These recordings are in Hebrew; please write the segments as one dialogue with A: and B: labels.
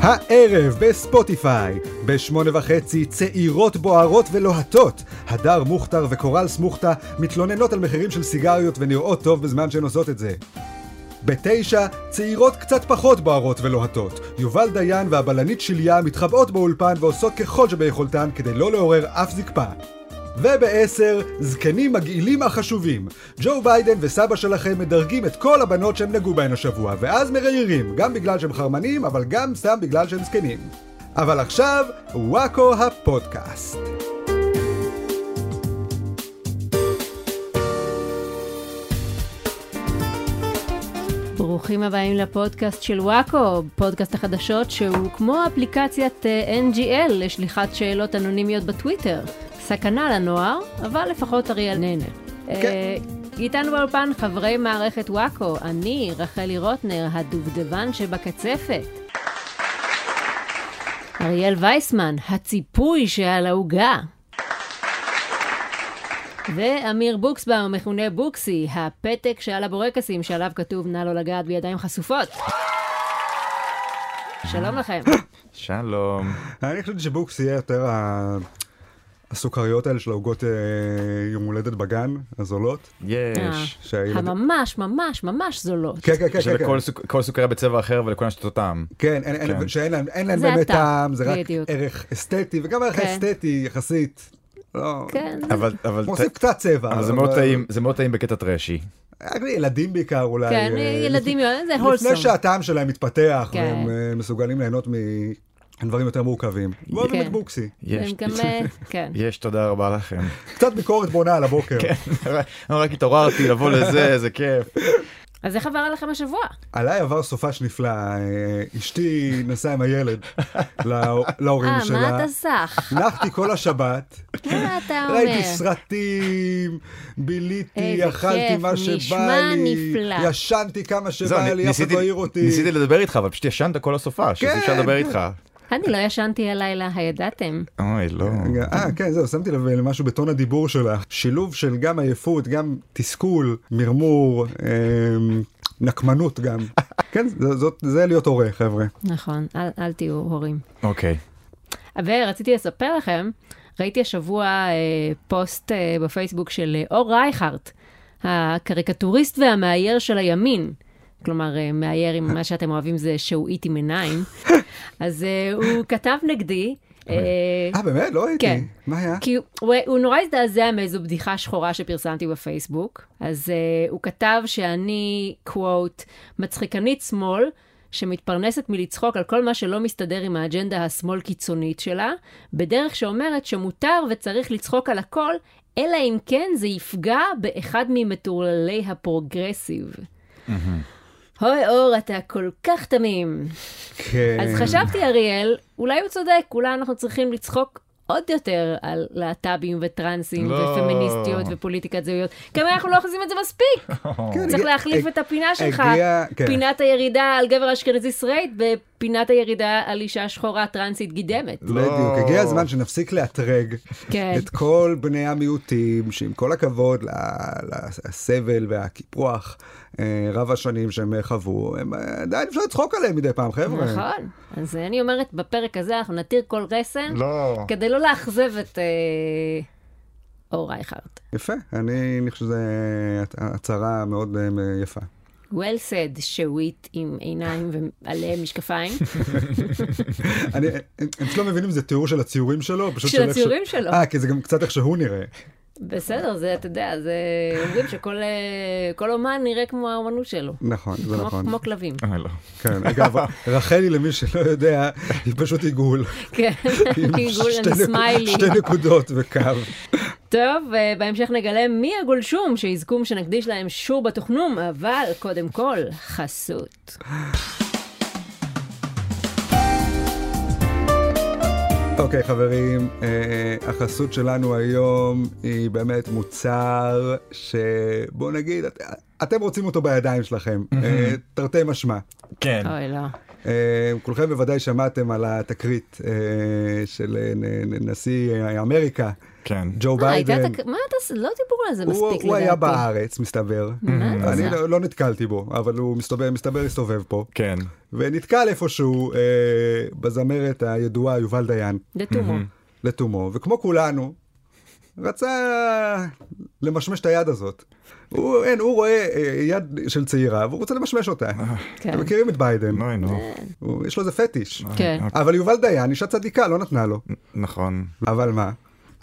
A: הערב בספוטיפיי, בשמונה וחצי צעירות בוערות ולוהטות. הדר מוכתר וקורל סמוכתה מתלוננות על מחירים של סיגריות ונראות טוב בזמן שהן עושות את זה. בתשע, צעירות קצת פחות בוערות ולוהטות. יובל דיין והבלנית שליה מתחבאות באולפן ועושות ככל שביכולתן כדי לא לעורר אף זקפה. ובעשר, זקנים מגעילים החשובים. ג'ו ביידן וסבא שלכם מדרגים את כל הבנות שהם נגעו בהן השבוע, ואז מראיירים, גם בגלל שהם חרמנים, אבל גם סתם בגלל שהם זקנים. אבל עכשיו, וואקו הפודקאסט.
B: ברוכים הבאים לפודקאסט של וואקו, פודקאסט החדשות שהוא כמו אפליקציית אה, NGL לשליחת שאלות אנונימיות בטוויטר. סכנה לנוער, אבל לפחות אריאל נהנה.
A: כן.
B: אה, איתנו באולפן חברי מערכת וואקו, אני רחלי רוטנר, הדובדבן שבקצפת. אריאל וייסמן, הציפוי שעל העוגה. ואמיר בוקסבאום, מכונה בוקסי, הפתק שעל הבורקסים שעליו כתוב נא לא לגעת בידיים חשופות. שלום לכם.
C: שלום.
A: אני חושב שבוקס יהיה יותר ה... הסוכריות האלה של העוגות אה, יום הולדת בגן, הזולות.
C: יש.
A: שהילד-
B: אה, הממש ממש ממש זולות.
A: כן, כן, כן, כן, כן.
C: שלכל סוכ- כל סוכריה בצבע אחר ולכולם יש את אותו טעם.
A: כן, אין- אין-
C: כן.
A: שאין להם אין להם
B: זה
A: באמת
B: הטעם,
A: טעם, זה רק
B: בדיוק.
A: ערך אסתטי, וגם ערך
B: כן.
A: אסתטי יחסית. לא,
B: כן.
C: אבל, אבל,
A: מוסיף קצת צבע.
C: אבל זה מאוד טעים, זה מאוד טעים בקטע טרשי.
A: רק ילדים בעיקר אולי.
B: כן,
A: אה,
B: ילדים, זה
A: לפני- לפני
B: הולסום.
A: שהטעם שלהם מתפתח,
B: כן.
A: והם אה, מסוגלים ליהנות מדברים יותר מורכבים. אוהבים
B: כן.
A: את בוקסי.
C: יש,
B: הם גם, אה, כן.
C: יש, תודה רבה לכם.
A: קצת ביקורת בונה על הבוקר.
C: לא, רק התעוררתי לבוא לזה, איזה כיף.
B: אז איך עבר עליכם השבוע?
A: עליי עבר סופש נפלא, אה, אשתי נסעה עם הילד להור- להורים
B: אה,
A: שלה.
B: מה אתה סך?
A: נחתי כל השבת,
B: מה אתה
A: ראיתי
B: אומר?
A: סרטים, ביליתי,
B: איזה
A: אכלתי
B: כיף,
A: מה שבא
B: נשמע
A: לי,
B: נפלא.
A: ישנתי כמה
C: זהו,
A: שבא לי, אף אחד
C: ניסיתי-
A: לא העיר אותי.
C: ניסיתי לדבר איתך, אבל פשוט ישנת כל הסופה,
A: כן,
C: אז אי אפשר לדבר
A: כן.
C: איתך.
B: אני לא ישנתי הלילה, הידעתם?
C: אוי, לא.
A: רגע, אה, כן, זהו, שמתי לב למשהו בטון הדיבור שלך. שילוב של גם עייפות, גם תסכול, מרמור, אמ, נקמנות גם. כן, ז- זאת- זה להיות הורה, חבר'ה.
B: נכון, אל- אל תהיו הורים.
A: כן.
C: אוקיי.
B: ורציתי לספר לכם, ראיתי השבוע אה, פוסט אה, בפייסבוק של אה, אור רייכרט, הקריקטוריסט והמאייר של הימין. כלומר, אה, מאייר עם מה שאתם אוהבים זה שהועית עם עיניים. אז אה, הוא כתב נגדי. אה,
A: אה, באמת? לא הייתי.
B: כן.
A: מה היה?
B: כי הוא, הוא נורא הזדעזע מאיזו בדיחה שחורה שפרסמתי בפייסבוק. אז uh, הוא כתב שאני, קוואט, מצחיקנית שמאל, שמתפרנסת מלצחוק על כל מה שלא מסתדר עם האג'נדה השמאל קיצונית שלה, בדרך שאומרת שמותר וצריך לצחוק על הכל, אלא אם כן זה יפגע באחד ממטורללי הפרוגרסיב. אוי אור, אתה כל כך תמים.
A: כן.
B: אז חשבתי, אריאל, אולי הוא צודק, אולי אנחנו צריכים לצחוק עוד יותר על להט"בים וטרנסים
C: לא.
B: ופמיניסטיות ופוליטיקת זהויות. גם אנחנו לא עושים את זה מספיק.
A: כן,
B: צריך
A: הגיע-
B: להחליף
A: הג-
B: את הפינה שלך.
A: הגיע- כן.
B: פינת הירידה על גבר אשכנזי סרייט בפינת הירידה על אישה שחורה טרנסית גידמת.
C: לא.
A: בדיוק, הגיע הזמן שנפסיק לאתרג
B: כן.
A: את כל בני המיעוטים, שעם כל הכבוד ל- לסבל והקיפוח אה, רב השנים שהם חוו, הם אה, עדיין אפשר לצחוק עליהם מדי פעם, חבר'ה.
B: נכון. אז אני אומרת, בפרק הזה אנחנו נתיר כל רסן,
C: לא.
B: כדי לא לאכזב את אה, אור רייכרט.
A: יפה, אני אני חושב שזו הצהרה מאוד אה, יפה.
B: well said, שווית עם עיניים ועליהם משקפיים.
A: אני, הם הם פשוט לא מבינים אם זה תיאור של הציורים שלו, פשוט
B: של
A: איך ש-
B: הציורים שלו.
A: אה, כי זה גם קצת איך שהוא נראה.
B: בסדר, זה, אתה יודע, זה אומרים שכל אה, כל אומן נראה כמו האומנות שלו.
A: נכון, זה
B: כמו,
A: נכון.
B: כמו כלבים.
C: אוי, לא.
A: כן, אגב, רחלי, למי שלא יודע, היא פשוט עיגול.
B: כן, עיגול
A: כאילו, שתי נק-
B: סמיילי.
A: שתי נקודות וקו.
B: טוב, אה, בהמשך נגלה מי הגולשום שיזכום שנקדיש להם שור בתוכנום, אבל קודם כל, חסות.
A: כן. אוקיי, חברים, אה, החסות שלנו היום היא באמת מוצר שבוא נגיד, את- אתם רוצים אותו בידיים שלכם, אה, תרתי משמע.
C: כן.
B: אוי, לא.
A: אה, כולכם בוודאי שמעתם על התקרית אה, של אה, נ- נ- נשיא אה, אמריקה,
C: כן.
A: ג'ו
B: אה, הייתה
A: ביידן.
B: תק- מה אתה, לא דיברו על זה
A: הוא-
B: מספיק לדעתי.
A: הוא היה בארץ, מסתבר.
B: מה
A: אני
B: זה?
A: לא- לא נתקלתי בו, אבל הוא מסתבר, מסתבר הסתובב פה,
C: כן.
A: ונתקל איפשהו אה, בזמרת הידועה יובל דיין,
B: דתומו.
A: לתומו, וכמו כולנו, רצה למשמש את היד הזאת. הוא, אין, הוא רואה אה, יד של צעירה, והוא רוצה למשמש אותה.
B: כן.
A: אתם מכירים את ביידן,
C: אוי, נו.
A: הוא- יש לו איזה פטיש.
B: כן.
A: אבל יובל דיין, אישה צדיקה, לא נתנה לו.
C: נכון.
A: אבל מה?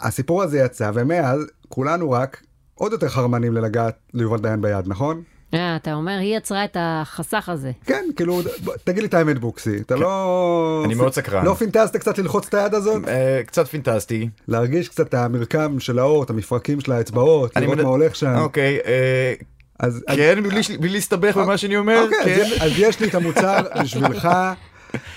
A: הסיפור הזה יצא, ומאז כולנו רק עוד יותר חרמנים ללגעת ליובל דיין ביד, נכון?
B: אה, אתה אומר, היא יצרה את החסך הזה.
A: כן, כאילו, בוא, תגיד לי את האמת בוקסי, אתה לא...
C: כן. אני מאוד סקרן.
A: לא פינטזת קצת ללחוץ את היד הזאת?
C: אה, קצת פינטסטי.
A: להרגיש קצת את המרקם של האור, את המפרקים של האצבעות,
C: אני
A: לראות
C: מנ-
A: מה הולך שם.
C: אוקיי. אה,
A: אז, אז-
C: כן, בלי ש- בלי להסתבך במה שאני אומר.
A: אוקיי, אז
C: כן.
A: י- אז יש לי את המוצר בשבילך,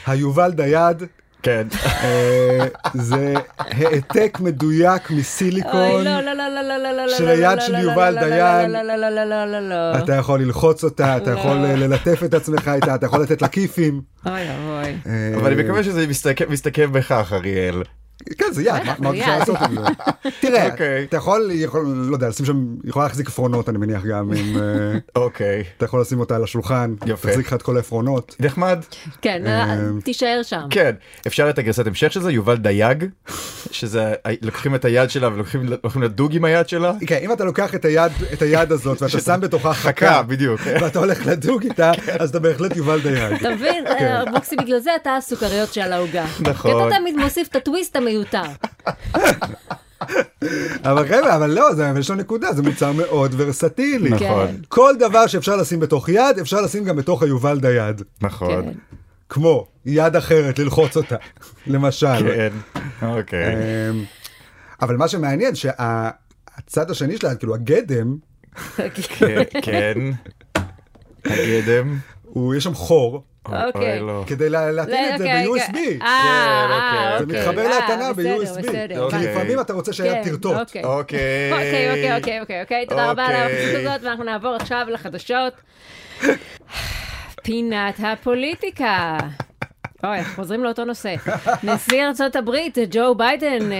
A: היובל דייד.
C: כן.
A: אה, זה העתק מדויק
B: אוי,
A: מסיליקון,
B: לא, לא, לא, לא, לא, לא, לא,
A: של
B: לא,
A: היד
B: לא,
A: של
B: לא,
A: יובל
B: לא, לא,
A: דיין.
B: לא, לא, לא, לא, לא, לא, לא.
A: אתה יכול ללחוץ אותה, אתה יכול אה, ללטף את עצמך איתה, אתה יכול לתת לה כיפים.
B: אוי, אוי.
A: אה,
C: אבל אני מקווה שזה מסתכם- מסתכם בכך, אריאל.
A: כן, זה יד, מה-
B: בטח,
A: מה
B: זה
A: אפשר
B: יד.
A: לעשות עם זה? תראה,
C: אוקיי.
A: אתה יכול, יכול, לא יודע, לשים שם, יכולה להחזיק עפרונות, אני מניח גם, אם, אה,
C: אוקיי.
A: אתה יכול לשים אותה על השולחן,
C: יפה.
A: תחזיק לך את כל העפרונות.
C: נחמד.
B: כן,
A: אמ,
B: תישאר שם.
C: כן. אפשר את הגרסת המשך של זה, יובל דייג, שזה, לוקחים את היד שלה ולוקחים הולכים לדוג עם היד שלה.
A: כן, אם אתה לוקח את היד, את היד הזאת ואתה שם בתוכה חכה,
C: חכה, בדיוק. כן.
A: ואתה הולך לדוג איתה, אז אתה בהחלט יובל דיין. כן.
B: אתה מבין, אה, מוקסי, בגלל זה אתה הסוכריות של העוגה.
C: נכון.
B: כי אתה תמיד מוסיף את הטוויסט המיותר. אה,
A: אבל חבר'ה, אבל לא, זה- אבל יש לו נקודה, זה מוצר מאוד ורסטילי.
C: נכון,
B: כן.
A: כל דבר שאפשר לשים בתוך יד, אפשר לשים גם בתוך היובל דייד.
C: נכון.
B: כן.
A: כמו יד אחרת, ללחוץ אותה, למשל.
C: כן. אוקיי.
A: אמ, אבל מה שמעניין, שהצד השני שלה, כאילו הגדם,
C: כן, כן. הגדם.
A: הוא- יש שם חור,
B: אוקיי.
C: אוי, לא.
A: כדי לה- להטעין את זה
B: אוקיי,
A: ב-USB.
B: אה, אה,
C: כן,
A: כן,
B: אוקיי.
A: זה מתחבר
B: אה,
A: להטענה
B: בסדר,
A: ב-USB.
B: בסדר,
A: כי
C: אוקיי.
A: לפעמים אתה רוצה שהיד
B: כן,
A: תרטוט.
B: אוקיי.
C: אוקיי.
B: אוקיי, אוקיי, אוקיי, אוקיי, אוקיי, תודה רבה על
C: אוקיי.
B: ההרצאות הזאת, ואנחנו נעבור עכשיו לחדשות. פינת הפוליטיקה. אוי, אנחנו חוזרים לאותו נושא. נשיא ארצות הברית, ג'ו ביידן, אה,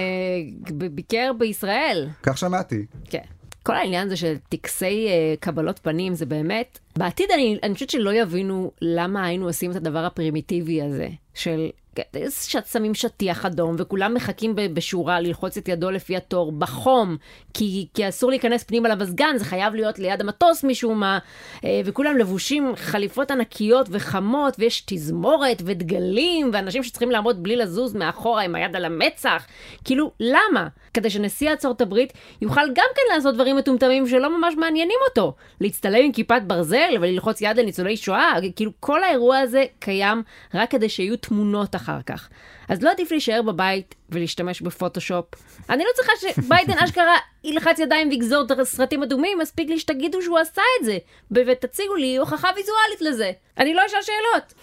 B: ב- ביקר בישראל.
A: כך שמעתי.
B: כן. כל העניין זה של טקסי אה, קבלות פנים, זה באמת... בעתיד אני, אני חושבת שלא יבינו למה היינו עושים את הדבר הפרימיטיבי הזה, של... כן, ששמים שטיח אדום וכולם מחכים ב- בשורה ללחוץ את ידו לפי התור בחום כי, כי אסור להיכנס פנימה למזגן זה חייב להיות ליד המטוס משום מה אה, וכולם לבושים חליפות ענקיות וחמות ויש תזמורת ודגלים ואנשים שצריכים לעמוד בלי לזוז מאחורה עם היד על המצח כאילו למה? כדי שנשיא ארצות הברית יוכל גם כן לעשות דברים מטומטמים שלא ממש מעניינים אותו. להצטלם עם כיפת ברזל וללחוץ יד לניצולי שואה, כאילו כל האירוע הזה קיים רק כדי שיהיו תמונות אחר כך. אז לא עדיף להישאר בבית ולהשתמש בפוטושופ. אני לא צריכה שביידן אשכרה ילחץ ידיים ויגזור דר- סרטים אדומים, מספיק לי שתגידו שהוא עשה את זה, ו- ותציגו לי הוכחה ויזואלית לזה. אני לא אשאל שאלות.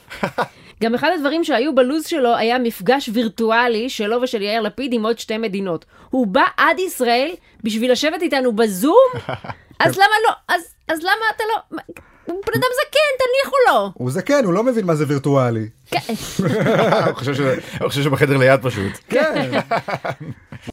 B: גם אחד הדברים שהיו בלוז שלו היה מפגש וירטואלי שלו ושל יאיר לפיד עם עוד שתי מדינות. הוא בא עד ישראל בשביל לשבת איתנו בזום? אז למה לא? אז, אז למה אתה לא... מה- הוא בן אדם זקן, תניחו לו.
A: הוא זקן, הוא לא מבין מה זה וירטואלי.
B: כן,
C: הוא חושב שזה- הוא חושב שבחדר ליד פשוט.
A: כן.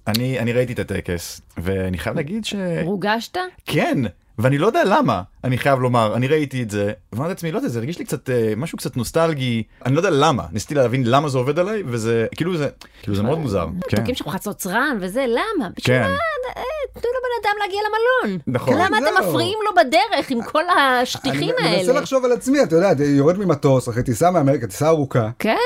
C: אני אני ראיתי את הטקס, ואני חייב להגיד ש...
B: רוגשת?
C: כן, ואני לא יודע למה, אני חייב לומר, אני ראיתי את זה, ואמרתי לעצמי, לא יודע, זה הרגיש לי קצת, אה, משהו קצת נוסטלגי, אני לא יודע למה, ניסיתי להבין למה זה עובד עליי, וזה, כאילו זה, כאילו זה מאוד מוזר. כן,
B: תוקעים שם חצוצרן וזה, למה? בשביל
C: כן,
B: מה? אה, תנו לבן אדם להגיע למלון.
C: נכון.
B: למה אתם
A: זהו.
B: מפריעים לו בדרך עם כל השטיחים
A: אני מנסה
B: האלה?
A: לחשוב על עצמי, אתה יודע, אתה יורד ממטוס אחרי טיסה מאמריקה, טיסה ארוכה.
B: כן.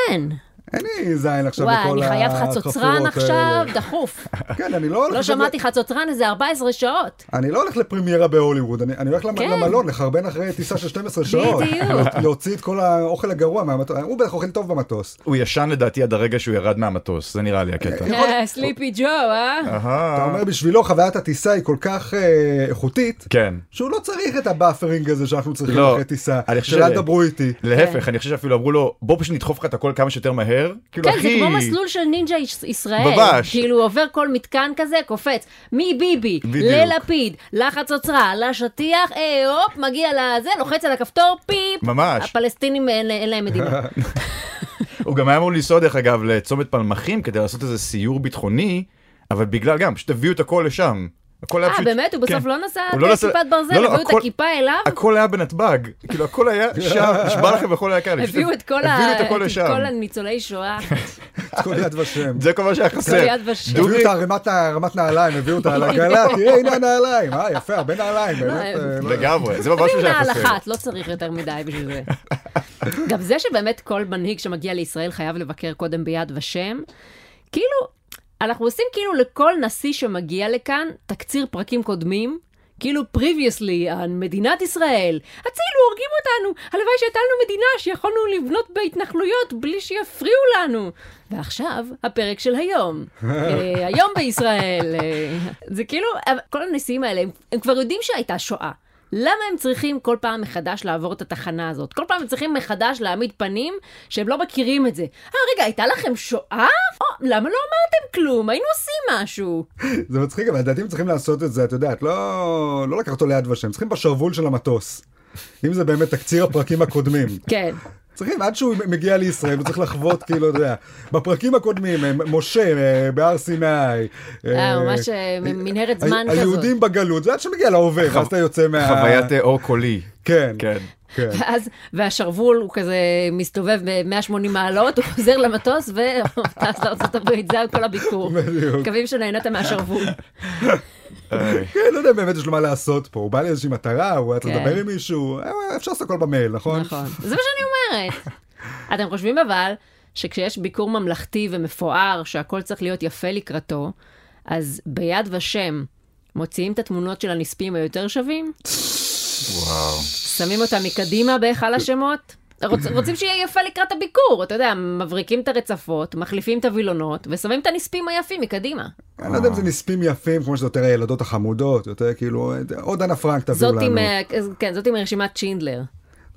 A: אין לי זין עכשיו
B: וואי,
A: לכל
B: אני חייב חצוצרן
A: החפירות
B: עכשיו,
A: האלה.
B: דחוף.
A: כן, אני לא הולך...
B: לא
A: עכשיו ל-
B: שמעתי חצוצרן איזה 14 שעות.
A: אני לא הולך לפרמיירה בהוליווד, אני אני הולך למ-
B: כן.
A: למלון לחרבן אחרי טיסה של 12 שעות.
B: בדיוק.
A: לה- להוציא את כל האוכל הגרוע מהמטוס. הוא בטח אוכל טוב במטוס.
C: הוא ישן לדעתי עד הרגע שהוא ירד מהמטוס, זה נראה לי הקטע.
B: אה, סליפי ג'ו, אה?
A: אתה
C: אהה.
A: אומר, בשבילו חוויית הטיסה היא כל כך אה, איכותית,
C: כן.
A: שהוא לא צריך את הבאפרינג הזה שאנחנו צריכים
C: לא,
A: אחרי טיסה.
C: אני חושב
A: שלא
C: ש-
A: דברו איתי.
B: כן.
C: להפך, אני חושב שאפילו אמרו לו, בוא פשוט נדחוף לך את הכל כמה שיותר מהר, מהר, כאילו
B: כן, זה
C: הכי...
B: כמו מסלול של נינג'ה יש- ישראל.
C: ממש.
B: כאילו עובר כל מתקן כזה, קופץ. מביבי,
C: בדיוק.
B: ללפיד, לחץ הוצרה, לשטיח, אה, הופ, מגיע לזה, לוחץ על הכפתור, פיפ.
C: ממש.
B: הפלסטינים אין אין להם מדינה.
C: הוא גם היה אמור לנסוע דרך אגב לצומת פלמחים כדי לעשות איזה סיור ביטחוני, אבל בגלל גם, פשוט הביאו את הכל לשם. הכל היה
B: אה,
C: פשוט...
B: באמת? הוא בסוף
C: כן.
B: לא נסע
C: הוא לא
B: את
C: נסע-
B: כיפת ברזל?
C: לא, לא,
B: הביאו את
C: הכל-
B: הכיפה אליו?
C: הכל היה בנתב"ג, כאילו הכל היה שם, נשבע לכם הכל היה כאן.
B: הביאו את כל ה-
C: הביאו את
B: את
C: הכל לשם.
B: כל הניצולי שואה.
A: את כל יד ושם.
C: זה כל מה שהיה חסר.
B: יד ושם.
A: הביאו
C: דוגרי,
A: את ערימת ערימת נעליים, הביאו את העגלה, תראה, הנה הנעליים. אה, יפה, הרבה נעליים, באמת. אה, לא-
C: לגמרי, זה ממש מה
B: תביאו
C: שהיה
B: נעל
C: חסר.
B: אחת, לא צריך יותר מדי בשביל זה. גם זה שבאמת כל מנהיג שמגיע לישראל חייב לבקר קודם ביד ושם, כאילו, אנחנו עושים כאילו לכל נשיא שמגיע לכאן תקציר פרקים קודמים. כאילו previously, על מדינת ישראל, הצילו, הורגים אותנו, הלוואי שהייתה לנו מדינה שיכולנו לבנות בהתנחלויות בלי שיפריעו לנו. ועכשיו, הפרק של היום. אה, היום בישראל. אה, זה כאילו, אבל כל הנשיאים האלה, הם, הם כבר יודעים שהייתה שואה. למה הם צריכים כל פעם מחדש לעבור את התחנה הזאת? כל פעם הם צריכים מחדש להעמיד פנים שהם לא מכירים את זה. אה, רגע, הייתה לכם שואה? או, למה לא אמרתם כלום? היינו עושים משהו.
A: זה מצחיק, אבל לדעתי הם צריכים לעשות את זה, את יודעת, לא לא לקחת אותו ליד ושם, צריכים בשרוול של המטוס. אם זה באמת תקציר הפרקים הקודמים.
B: כן.
A: צריכים, עד שהוא מגיע לישראל, הוא צריך לחוות, כאילו, אתה יודע, בפרקים הקודמים, אה, משה אה, בהר סיני.
B: אה, ממש אה, מ- מנהרת זמן
A: ה-
B: כזאת.
A: היהודים בגלות, זה עד שמגיע להווה, ואז אתה יוצא מה...
C: חוויית אה, אור קולי.
A: כן,
C: כן.
A: כן.
B: ואז, והשרוול הוא כזה מסתובב ב-180 מעלות, הוא חוזר למטוס וטס לארה"ב, זה היה כל הביקור.
A: בדיוק.
B: מקווים שנהנית מהשרוול.
C: איי.
A: כן, לא יודע אם באמת יש לו מה לעשות פה, הוא בא לאיזושהי מטרה, הוא היה צריך
B: כן.
A: לדבר עם מישהו, אה, אפשר לעשות הכל במייל, נכון?
B: נכון. זה מה שאני אומרת. אתם חושבים אבל שכשיש ביקור ממלכתי ומפואר, שהכל צריך להיות יפה לקראתו, אז ביד ושם מוציאים את התמונות של הנספים היותר שווים,
C: וואו.
B: שמים אותם מקדימה בהיכל השמות. רוצ, רוצים שיהיה יפה לקראת הביקור, אתה יודע, מבריקים את הרצפות, מחליפים את הווילונות, ושמים את הנספים היפים מקדימה.
A: אני לא יודע אם זה נספים יפים, כמו שזה יותר הילדות החמודות, יותר כאילו, עוד אנה פרנק תביאו
B: זאת
A: לנו.
B: עם,
A: אני
B: אה, כן, זאת עם רשימת שינדלר, עם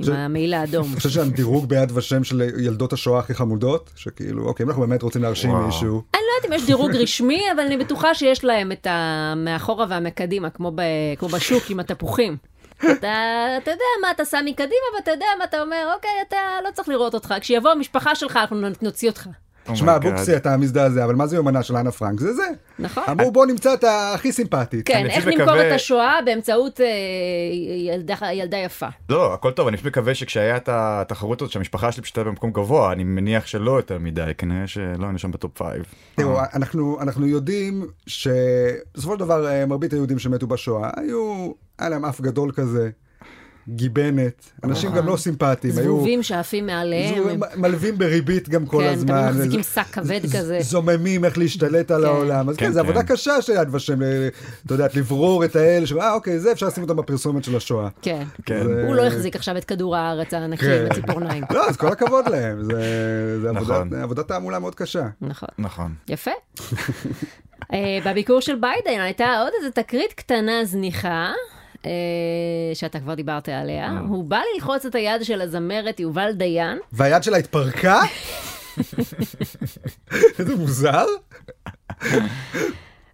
A: זה-
B: המעיל האדום.
A: חושב שיש להם דירוג ביד ושם של ילדות השואה הכי חמודות, שכאילו, אוקיי, אם אנחנו באמת רוצים להרשים
C: וואו. Oh
A: מישהו,
B: אני לא יודעת אם יש דירוג רשמי, אבל אני בטוחה שיש להם את המאחורה והמקדימה, כמו, ב... כמו בשוק עם התפוחים. אתה, אתה יודע מה אתה שם מקדימה, ואתה יודע מה אתה אומר, אוקיי, אתה לא צריך לראות אותך, כשיבוא המשפחה שלך, אנחנו נוציא אותך.
A: שמע,
C: Oh my God.
A: בוקסי, אתה מזדעזע, אבל מה זה יומנה של אנה פרנק? זה זה.
B: נכון.
A: אמרו, בוא נמצא את הכי סימפטית.
B: כן,
C: אני
B: איך
C: מקווה-
B: נמכור את השואה באמצעות אה, ילדה, ילדה יפה.
C: לא, הכל טוב, אני פשוט מקווה שכשהיה את התחרות הזאת שהמשפחה שלי פשוט הייתה במקום גבוה, אני מניח שלא יותר מדי, כנראה שלא היינו שם בטופ פייב.
A: תראו, אנחנו, אנחנו יודעים שבסופו של דבר אה, מרבית היהודים שמתו בשואה היו, היה להם אף גדול כזה, גיבנת, אנשים גם לא סימפטיים, היו
B: זבובים שעפים מעליהם.
A: זו-
B: הם-
A: מ- מלווים בריבית גם כל
B: כן,
A: הזמן.
B: תמיד מחזיקים
A: אז-
B: שק כבד
A: ז-
B: כזה.
A: זוממים איך להשתלט על
B: כן.
A: העולם. אז כן,
C: כן,
A: זו
C: כן.
A: עבודה קשה של יד ושם, ל- אתה יודעת, לברור את האל, ש- אה, אוקיי, זה אפשר לשים אותם בפרסומת של השואה.
B: כן.
C: כן.
A: זה-
B: הוא לא החזיק עכשיו את כדור הארץ הענקי
A: אה, כן.
B: עם הציפורניים.
A: לא, אז כל הכבוד להם, זה זה עבודה-
C: נכון.
A: עבודת תעמולה מאוד קשה.
B: נכון.
C: נכון.
B: יפה. אה, בביקור של ביידן הייתה עוד איזו תקרית קטנה זניחה, אה, שאתה כבר דיברת עליה. הוא בא ללחוץ את היד של הזמרת יובל דיין,
A: והיד שלה התפרקה? איזה מוזר.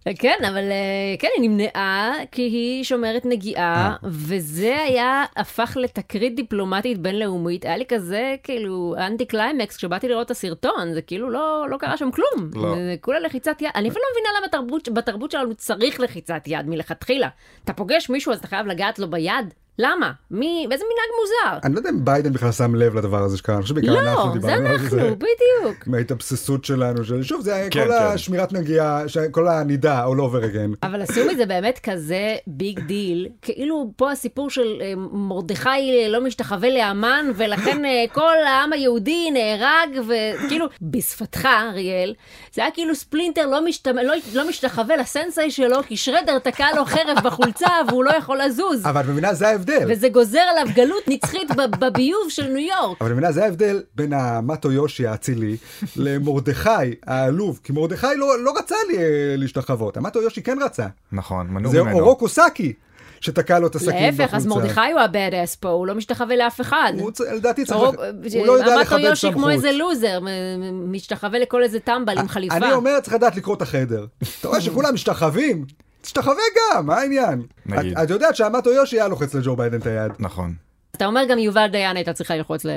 B: אה, כן, אבל אה, כן, היא נמנעה כי היא שומרת נגיעה,
A: אה.
B: וזה היה, הפך לתקרית דיפלומטית בינלאומית. היה לי כזה, כאילו, אנטי קליימקס כשבאתי לראות את הסרטון, זה כאילו לא, לא קרה שם כלום.
C: לא.
B: זה כולה לחיצת יד. אני אפילו לא מבינה למה תרבות, בתרבות שלנו צריך לחיצת יד מלכתחילה. אתה פוגש מישהו אז אתה חייב לגעת לו ביד? למה? מי, איזה מנהג מוזר.
A: אני לא יודע אם ביידן בכלל שם לב לדבר הזה שקרה, אני חושב שבעיקר אנחנו
B: לא, זה
A: דיברנו על
B: אנחנו,
A: זה.
B: בדיוק.
A: מההתאבססות שלנו, של- שוב, זה היה
C: כן,
A: כל
C: כן.
A: השמירת נגיעה, ש- כל הנידה, all over again.
B: אבל עשו מזה באמת כזה ביג דיל, כאילו פה הסיפור של אה, מרדכי אה, לא משתחווה לאמן, ולכן אה, כל העם היהודי נהרג, וכאילו, בשפתך, אריאל, זה היה כאילו ספלינטר לא, משת... לא, לא משתחווה לסנסei שלו, כי שרדר תקע לו חרב בחולצה והוא לא יכול לזוז,
A: אבל את מבינה, זה ההבדל.
B: וזה גוזר עליו גלות נצחית בב- בביוב של ניו יורק.
A: אבל מבינה, זה ההבדל בין המטו יושי האצילי למרדכי העלוב, כי מרדכי לא, לא רצה לי, להשתחוות, המטו אה, יושי כן רצה.
C: נכון, מנעו
A: זה
C: ממנו.
A: אורוקו סאקי, שתקע לו את הסכין
B: להפך, אז
A: בחולצה.
B: מרדכי הוא הבאד-אס פה, הוא לא משתחווה לאף אחד.
A: הוא צ- לדעתי צריך,
B: הרוג-
A: לח- הוא לא יודע
B: אמרת לו
A: לכבד
B: יושי
A: סמכות. אה,
B: כמו איזה לוזר, מ- מ- משתחווה לכל איזה טמבל עם חליפה.
A: אני אומר, צריך לדעת לקרוא את החדר. אתה רואה שכולם משתחווים? תשתחווה גם, מה העניין?
C: נגיד.
A: את- את יודעת שאמטו יושי היה לוחץ לג'ו ביידן את היד.
C: נכון.
B: אתה אומר גם יובל דיין הייתה צריכה ללחוץ
A: לא.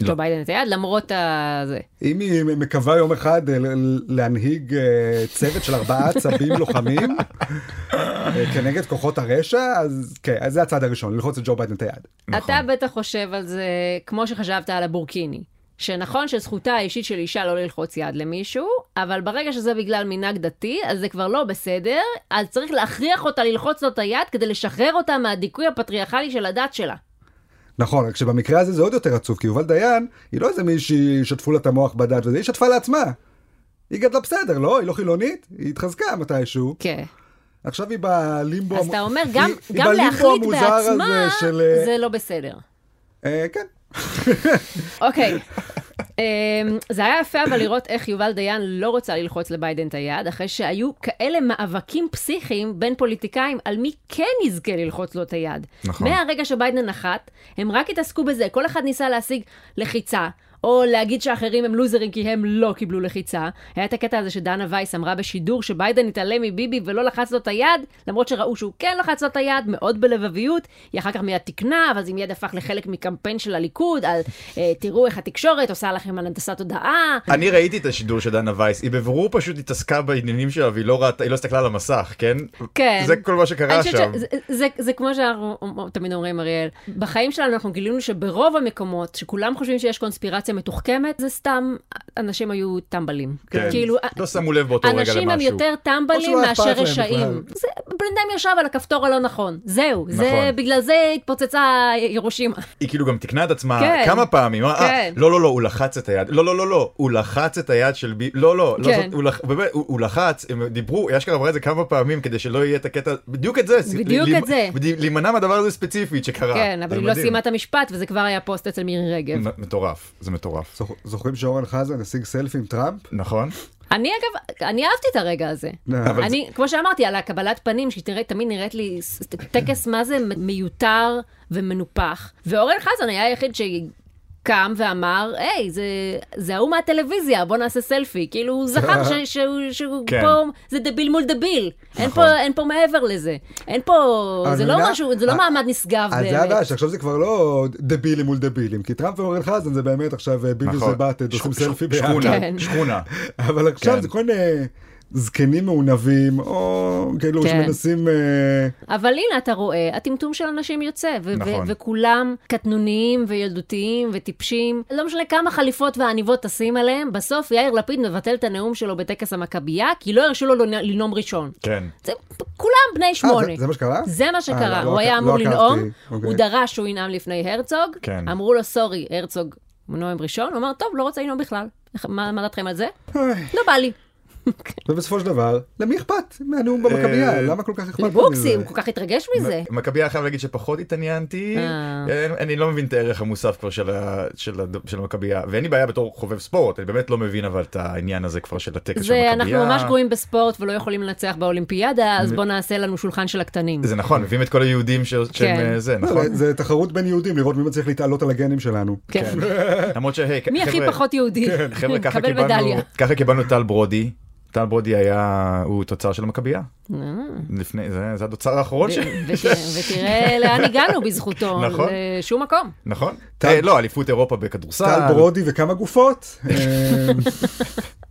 B: לג'ו ביידן את היד, למרות ה... זה.
A: אם היא מקווה יום אחד אה, ל- ל- להנהיג אה, צוות של ארבעה עצבים לוחמים אה, כנגד כוחות הרשע, אז כן, אז זה הצעד הראשון, ללחוץ את ג'ו ביידן את היד.
C: נכון.
B: אתה בטח חושב על זה כמו שחשבת על הבורקיני. שנכון שזכותה האישית של אישה לא ללחוץ יד למישהו, אבל ברגע שזה בגלל מנהג דתי, אז זה כבר לא בסדר, אז צריך להכריח אותה ללחוץ לו את היד כדי לשחרר אותה מהדיכוי הפטריארכלי של הדת שלה.
A: נכון, רק שבמקרה הזה זה עוד יותר עצוב, כי יובל דיין, היא לא איזה מישהי שטפו לה את המוח בדת וזה, היא שטפה לעצמה. היא גדלה בסדר, לא? היא לא חילונית? היא התחזקה מתישהו.
B: כן.
A: עכשיו היא בלימבו...
B: אז
A: המו-
B: אתה אומר, גם,
A: היא- היא
B: גם
A: בלימבו
B: להחליט
A: המוזר
B: בעצמה,
A: הזה של... אה,
B: זה לא בסדר.
A: אה, כן.
B: אוקיי. אמ, זה היה יפה אבל לראות איך יובל דיין לא רוצה ללחוץ לביידן את היד, אחרי שהיו כאלה מאבקים פסיכיים בין פוליטיקאים על מי כן יזכה ללחוץ לו את היד.
C: נכון.
B: מהרגע שביידן נחת, הם רק התעסקו בזה, כל אחד ניסה להשיג לחיצה. או להגיד שאחרים הם לוזרים כי הם לא קיבלו לחיצה. היה את הקטע הזה שדנה וייס אמרה בשידור שביידן התעלם מביבי ולא לחץ לו את היד, למרות שראו שהוא כן לחץ לו את היד, מאוד בלבביות. היא אחר כך מיד תיקנה, אבל זה מיד הפך לחלק מקמפיין של הליכוד, על אה, תראו איך התקשורת עושה לכם על הנדסת הודעה.
C: אני ראיתי את השידור של דנה וייס, היא בבירור פשוט התעסקה בעניינים שלה והיא לא ראתה, היא לא הסתכלה על המסך, כן?
B: כן.
C: זה כל מה שקרה
B: אני חושבת
C: שם.
B: ש- זה- זה- זה כמו שאנחנו תמיד אומרים, אריאל, בחיים שלנו אנחנו גילינו שברוב המקומות שכולם חושבים שיש קונספירציה מתוחכמת, זה סתם, אנשים היו טמבלים.
C: כן.
B: כאילו,
C: לא שמו לב באותו רגע למשהו.
B: אנשים הם יותר
A: או
B: טמבלים
A: שהוא אף
B: מאשר
A: פעם לא
B: רשעים.
A: בכלל.
B: זה- בן אדם ישב על הכפתור הלא נכון, זהו. זה,
C: נכון.
B: בגלל זה התפוצצה ירושימה.
C: היא כאילו גם תיקנה את עצמה
B: כן.
C: כמה פעמים. אמרה, "אה,
B: כן.
C: לא, לא, לא, הוא לחץ את היד. לא, לא, לא, לא, הוא לחץ את היד של בי... לא, לא, לא,
B: כן.
C: זאת- הוא לח- באמת, הוא הוא לחץ, הם דיברו, היא אשכרה אמרה את זה כמה פעמים כדי שלא יהיה את הקטע, בדיוק את זה.
B: בדיוק
C: ל-
B: את זה.
C: בדי- להימנע מהדבר הזה ספציפית שקרה.
B: כן,
C: זה
B: אבל היא לא
C: מדהים. נכון.
B: סיימה את המשפט, וזה כבר היה פוסט אצל מירי רגב.
C: מ- מטורף, זה מטורף.
A: זוכ- זוכרים שאורן חזן השיג סלפי עם טראמפ?
C: נכון?
B: אני אגב, אני אהבתי את הרגע הזה.
A: אבל
B: אני, זה... כמו שאמרתי, על הקבלת פנים, שהיא תראה- תמיד נראית לי ס- טקס מה זה מיותר ומנופח. ואורן חזן היה היחיד שקם ואמר, היי, זה, זה ההוא מהטלוויזיה, בוא נעשה סלפי. כאילו, הוא זכר ש, שהוא, שהוא
C: כן.
B: פה, זה דביל מול דביל. אין,
A: נכון.
B: פה, אין פה מעבר לזה. אין פה,
A: אבל
B: זה לא
A: מילה-
B: משהו, זה לא
A: אה,
B: מעמד נשגב
A: אז זה הבעיה,
B: באמת.
A: שעכשיו זה כבר לא דבילים מול דבילים, כי טראמפ ואורן חזן זה באמת עכשיו אה, ביבי
C: נכון.
A: ובטד
C: שכו-
A: עושים
C: שכו-
A: סלפי ביחד.
C: שכונה,
B: כן.
C: שכונה.
A: אבל עכשיו
C: כן.
A: זה כל מיני זקנים מעונבים, או כאילו
B: כן.
A: שמנסים... אה,
B: אבל הנה, אתה רואה, הטמטום של אנשים יוצא, ו-
C: נכון.
B: ו- וכולם קטנוניים וילדותיים וטיפשים. לא משנה כמה חליפות ועניבות תשים עליהם, בסוף יאיר לפיד מבטל את הנאום שלו בטקס המכבייה, כי לא הרשו לו לנ- לנאום ראשון.
C: כן.
B: זה כולם בני
A: אה,
B: שמונה.
A: זה- זה מה שקרה?
B: זה מה שקרה,
A: אה, לא-
B: הוא
A: לא
B: היה
A: עק-
B: אמור
A: לא
B: לנאום,
A: עקבתי, אוקיי.
B: הוא דרש שהוא ינאם לפני הרצוג,
C: כן.
B: אמרו לו סורי, הרצוג נואם ראשון, הוא אמר, טוב, לא רוצה לנאום בכלל. איך- מה מה דעתכם על זה?
A: איי,
B: לא בא לי.
A: ובסופו של דבר, למי אכפת מהנאום במכבייה?
C: אה,
A: למה כל כך אכפת? לו
B: לבוקסי,
A: מזה?
B: הוא כל כך התרגש מזה.
C: מכבי היה חייב להגיד שפחות התעניינתי,
B: אה.
C: אין- אני לא מבין את הערך המוסף כבר של ה- של הד- של המכבייה, ואין לי בעיה בתור חובב ספורט, אני באמת לא מבין אבל את העניין הזה כבר של הטקס אה, של
B: זה,
C: המכבייה.
B: אנחנו ממש גרועים בספורט ולא יכולים לנצח באולימפיאדה, אז בוא נעשה לנו שולחן של הקטנים.
C: זה נכון, מביאים את כל היהודים ש- שהם
B: כן.
C: אה, זה,
A: לא,
C: נכון?
A: זה- זה תחרות בין יהודים, לראות מי מצליח להתעלות על הגנים שלנו.
B: כן.
A: אה,
C: למרות שהי,
B: מי הכי פחות יהודי?
C: כן, חבר'ה, ככה
B: מקבל
C: קיבלנו,
B: מדליה.
C: ככה קיבלנו טל ברודי. טל ברודי היה, הוא תוצר של המכבייה.
B: אה.
C: לפני, זה זה התוצר האחרון ש...
B: ו- ות- ותראה לאן הגענו בזכותו,
C: נכון.
B: לשום מקום.
C: נכון?
A: טל-
C: אה, לא, אליפות אירופה בכדורסל.
A: טל ברודי וכמה גופות. אה,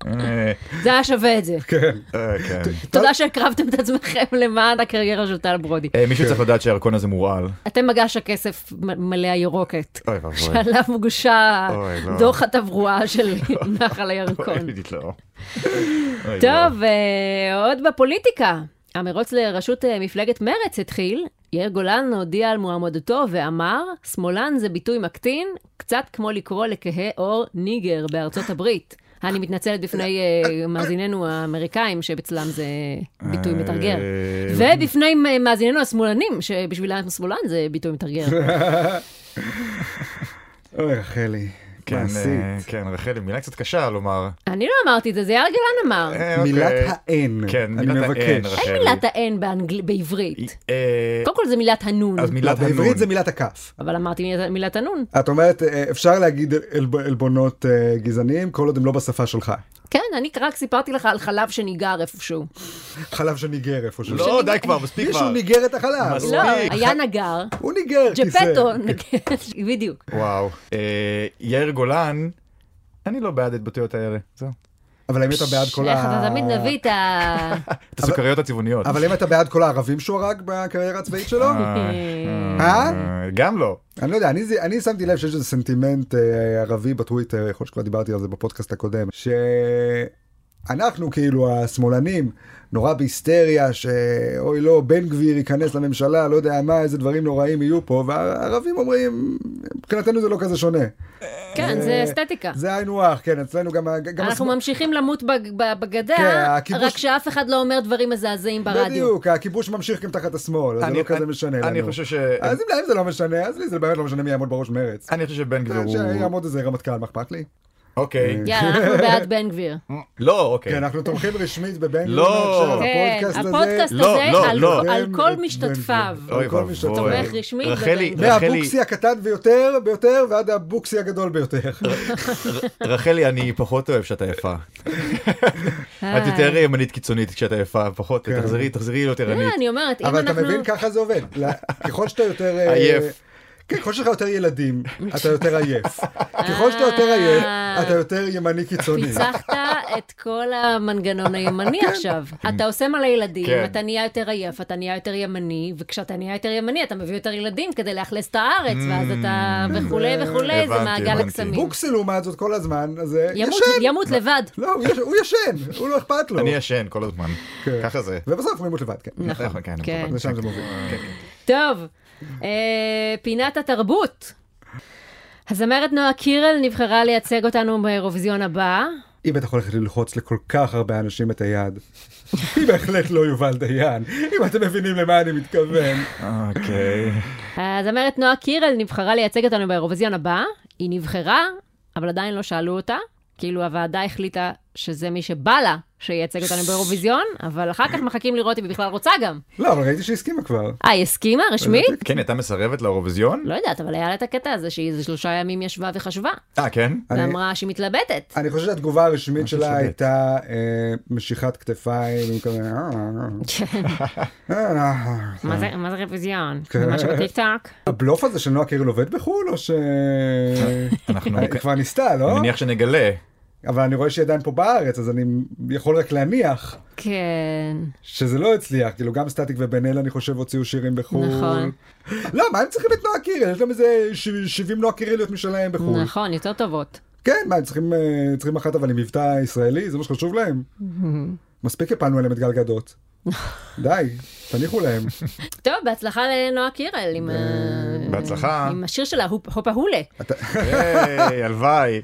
C: אה,
B: זה היה שווה את זה.
A: כן.
C: אה, כן.
B: תודה שהקרבתם את עצמכם למען הקריירה של טל ברודי.
C: אה,
A: כן.
C: מישהו צריך לדעת שהירקון הזה מורעל.
B: אתם מגש הכסף מ- מלא הירוקת,
C: אוי ואבוי.
B: שעליו מוגשה
C: אוי, לא.
B: דוח התברואה של נחל הירקון.
C: אוי, לא. אוי, לא.
B: טוב, אה, עוד בפוליטיקה. המרוץ לראשות אה, מפלגת מרצ התחיל. יאיר גולן הודיע על מועמדותו ואמר, שמאלן זה ביטוי מקטין, קצת כמו לקרוא לכהה אור ניגר בארצות הברית. אני מתנצלת בפני אה, מאזיננו האמריקאים, שאצלם זה ביטוי מתרגר.
C: אה,
B: ובפני אה, מאזיננו השמאלנים, שבשבילם שמאלן זה ביטוי מתרגר.
A: אוי, רחלי.
C: כן, אה,
A: מעשית.
C: כן, רחלי, מילה קצת קשה לומר.
B: אני לא אמרתי את זה, זה יאיר גולן אמר.
C: אה, אוקיי.
A: מילת האין.
C: כן,
A: אני
C: מילת
A: מבקש.
C: האין, רחלי.
B: אין מילת ה-N באנגל- בעברית.
C: אה,
B: קודם כל זה מילת הנון.
C: אז
A: לא,
C: מילת הנון.
A: בעברית זה מילת הכף.
B: אבל אמרתי מילת- מילת הנון.
A: את אומרת, אה, אפשר להגיד עלב- עלבונות אה, גזעניים כל עוד הם לא בשפה שלך.
B: כן, אני רק סיפרתי לך על חלב שניגר איפשהו.
A: חלב שניגר איפה שהוא.
C: לא, די כבר, מספיק
A: מישהו
C: כבר.
A: ניגר את החלב.
C: מספיק.
B: לא,
C: מספיק.
B: היה נגר,
A: הוא ניגר כיסא.
B: ג'פטו, בדיוק.
C: וואו. אה, יאיר גולן, אני לא בעד ההתבטאויות האלה. זהו.
A: אבל האם אתה בעד כל
B: איך
A: ה...
B: אתה תמיד נביא את ה...
C: את הסוכריות הצבעוניות.
A: אבל אם אתה בעד כל הערבים שהוא הרג בקריירה הצבאית שלו? אה?
C: אה, גם לא.
A: אני לא יודע, אני, זה- אני שמתי לב שיש איזה סנטימנט אה, ערבי בטוויטר, יכול להיות שכבר דיברתי על זה בפודקאסט הקודם, שאנחנו כאילו השמאלנים נורא בהיסטריה, שאוי לא, בן גביר ייכנס לממשלה, לא יודע מה, איזה דברים נוראים יהיו פה, והערבים אומרים, מבחינתנו זה לא כזה שונה. אה,
B: כן, זה אסתטיקה.
A: זה היינו הך, כן, אצלנו גם... ה- גם
B: אנחנו
A: השמאל-
B: ממשיכים למות בג- ב-
A: כן,
B: בגדה,
A: הכיבוש-
B: רק שאף אחד לא אומר דברים מזעזעים ברדיו.
A: בדיוק, הכיבוש ממשיך גם תחת השמאל, אז זה
C: אני-
A: לא כזה
C: אני-
A: משנה
C: אני
A: לנו.
C: חושב ש...
A: אז אם להם זה לא משנה, אז לי זה באמת לא משנה מי יעמוד בראש מרץ.
C: אני לא- חושב שבן גביר הוא...
A: שיעמוד איזה רמטכ"ל, מה אכפת לי?
C: אוקיי.
B: יאללה, אנחנו בעד בן גביר.
C: לא, אוקיי.
A: כן, אנחנו תומכים רשמית בבן גביר.
C: לא.
A: עכשיו,
B: כן,
A: הפודקאסט הזה.
B: הפודקאסט
C: לא, לא,
B: הזה, על-
C: לא.
B: על כל
A: בן-
B: משתתפיו.
A: בן-
C: אוי
A: כל מי
C: ואבוי.
A: שתומך
B: רשמית
C: רחלי,
B: בבן גביר.
C: רחלי,
A: מהבוקסי הקטן ביותר ביותר ועד הבוקסי הגדול ביותר.
C: רחלי, אני פחות אוהב שאתה יפה.
B: אה.
C: את יותר ימנית קיצונית כשאתה יפה, פחות,
A: כן.
C: תחזרי, תחזרי לא להיות
B: אה,
C: ערנית.
B: אני אומרת, אם
A: אבל אתה
B: אנחנו...
A: מבין, ככה זה עובד. ל- ככל שאתה יותר... אה,
C: עייף.
A: כן, ככל שיש לך יותר ילדים, אתה יותר עייף. ככל שאתה
B: אה.
A: יותר עייף, אתה יותר ימני קיצוני.
B: פיצחת את כל המנגנון הימני עכשיו. אתה עושה מה לילדים,
C: כן.
B: אתה נהיה יותר עייף, אתה נהיה יותר ימני, וכשאתה נהיה יותר ימני, אתה מביא יותר ילדים כדי לאכלס את הארץ, ואז אתה וכולי וכולי, זה
C: Mm, כן. הבנתי,
B: מעגל
C: הבנתי.
B: הקסמים.
A: בוקסי לעומת זאת כל הזמן, אז אה,
B: ימות-
A: ישן.
B: ימות לבד.
A: לא, הוא יש- הוא ישן, הוא לא אכפת לו.
C: אני ישן כל הזמן.
A: כן.
C: ככה זה.
A: ובסוף הוא ימות לבד, כן.
C: נכון, כן.
B: כן.
C: נכון.
A: לשם זה מוביל.
B: טוב, אה, פינת התרבות. הזמרת נועה קירל נבחרה לייצג אותנו באירוויזיון הבא.
A: היא בטח הולכת ללחוץ לכל כך הרבה אנשים את היד. היא בהחלט לא יובל דיין, אם אתם מבינים למה אני מתכוון.
C: אוקיי.
B: הזמרת נועה קירל נבחרה לייצג אותנו באירוויזיון הבא. היא נבחרה, אבל עדיין לא שאלו אותה. כאילו הוועדה החליטה שזה מי שבא לה שייצג אותנו באירוויזיון, אבל אחר כך מחכים לראות אם היא בכלל רוצה גם.
A: לא, אבל ראיתי שהיא הסכימה כבר.
B: אה, היא הסכימה? רשמית?
C: כן, היא הייתה מסרבת לאירוויזיון?
B: לא יודעת, אבל היה לה את הקטע הזה שהיא איזה שלושה ימים ישבה וחשבה,
C: אה, כן?
A: אני-
B: ואמרה שהיא מתלבטת.
A: אני חושב שהתגובה הרשמית
C: משהו
A: שלה
C: שולט.
A: הייתה אה, משיכת כתפיים, עם כזה... "אה,
B: כן.
A: אה, אה."
B: מה זה- מה זה אירוויזיון?
A: כן.
B: זה משהו בטיקטוק?
A: הבלוף הזה של נועה קירל עובד בחו"ל, או ש... אה,
C: אנחנו...
A: היא כבר ניסתה, לא?
C: אני מניח שנגלה.
A: אבל אני רואה שהיא עדיין פה בארץ, אז אני יכול רק להניח
B: כן.
A: שזה לא הצליח, כאילו גם סטטיק ובן אל אני חושב הוציאו שירים בחו"ל.
B: נכון.
A: לא, מה הם צריכים את נועה קירל? יש להם איזה ש- 70 נועה קירליות משלהם בחו"ל.
B: נכון, יותר טובות.
A: כן, מה, הם צריכים, אה, צריכים אחת אבל עם מבטא ישראלי? זה מה שחשוב להם? מספיק הפלנו עליהם את גל גדות. די, תניחו להם.
B: טוב, בהצלחה לנועה קירל עם ה-
C: בהצלחה.
B: עם השיר שלה, "הופ- הופה הולה.
C: היי, הלוואי.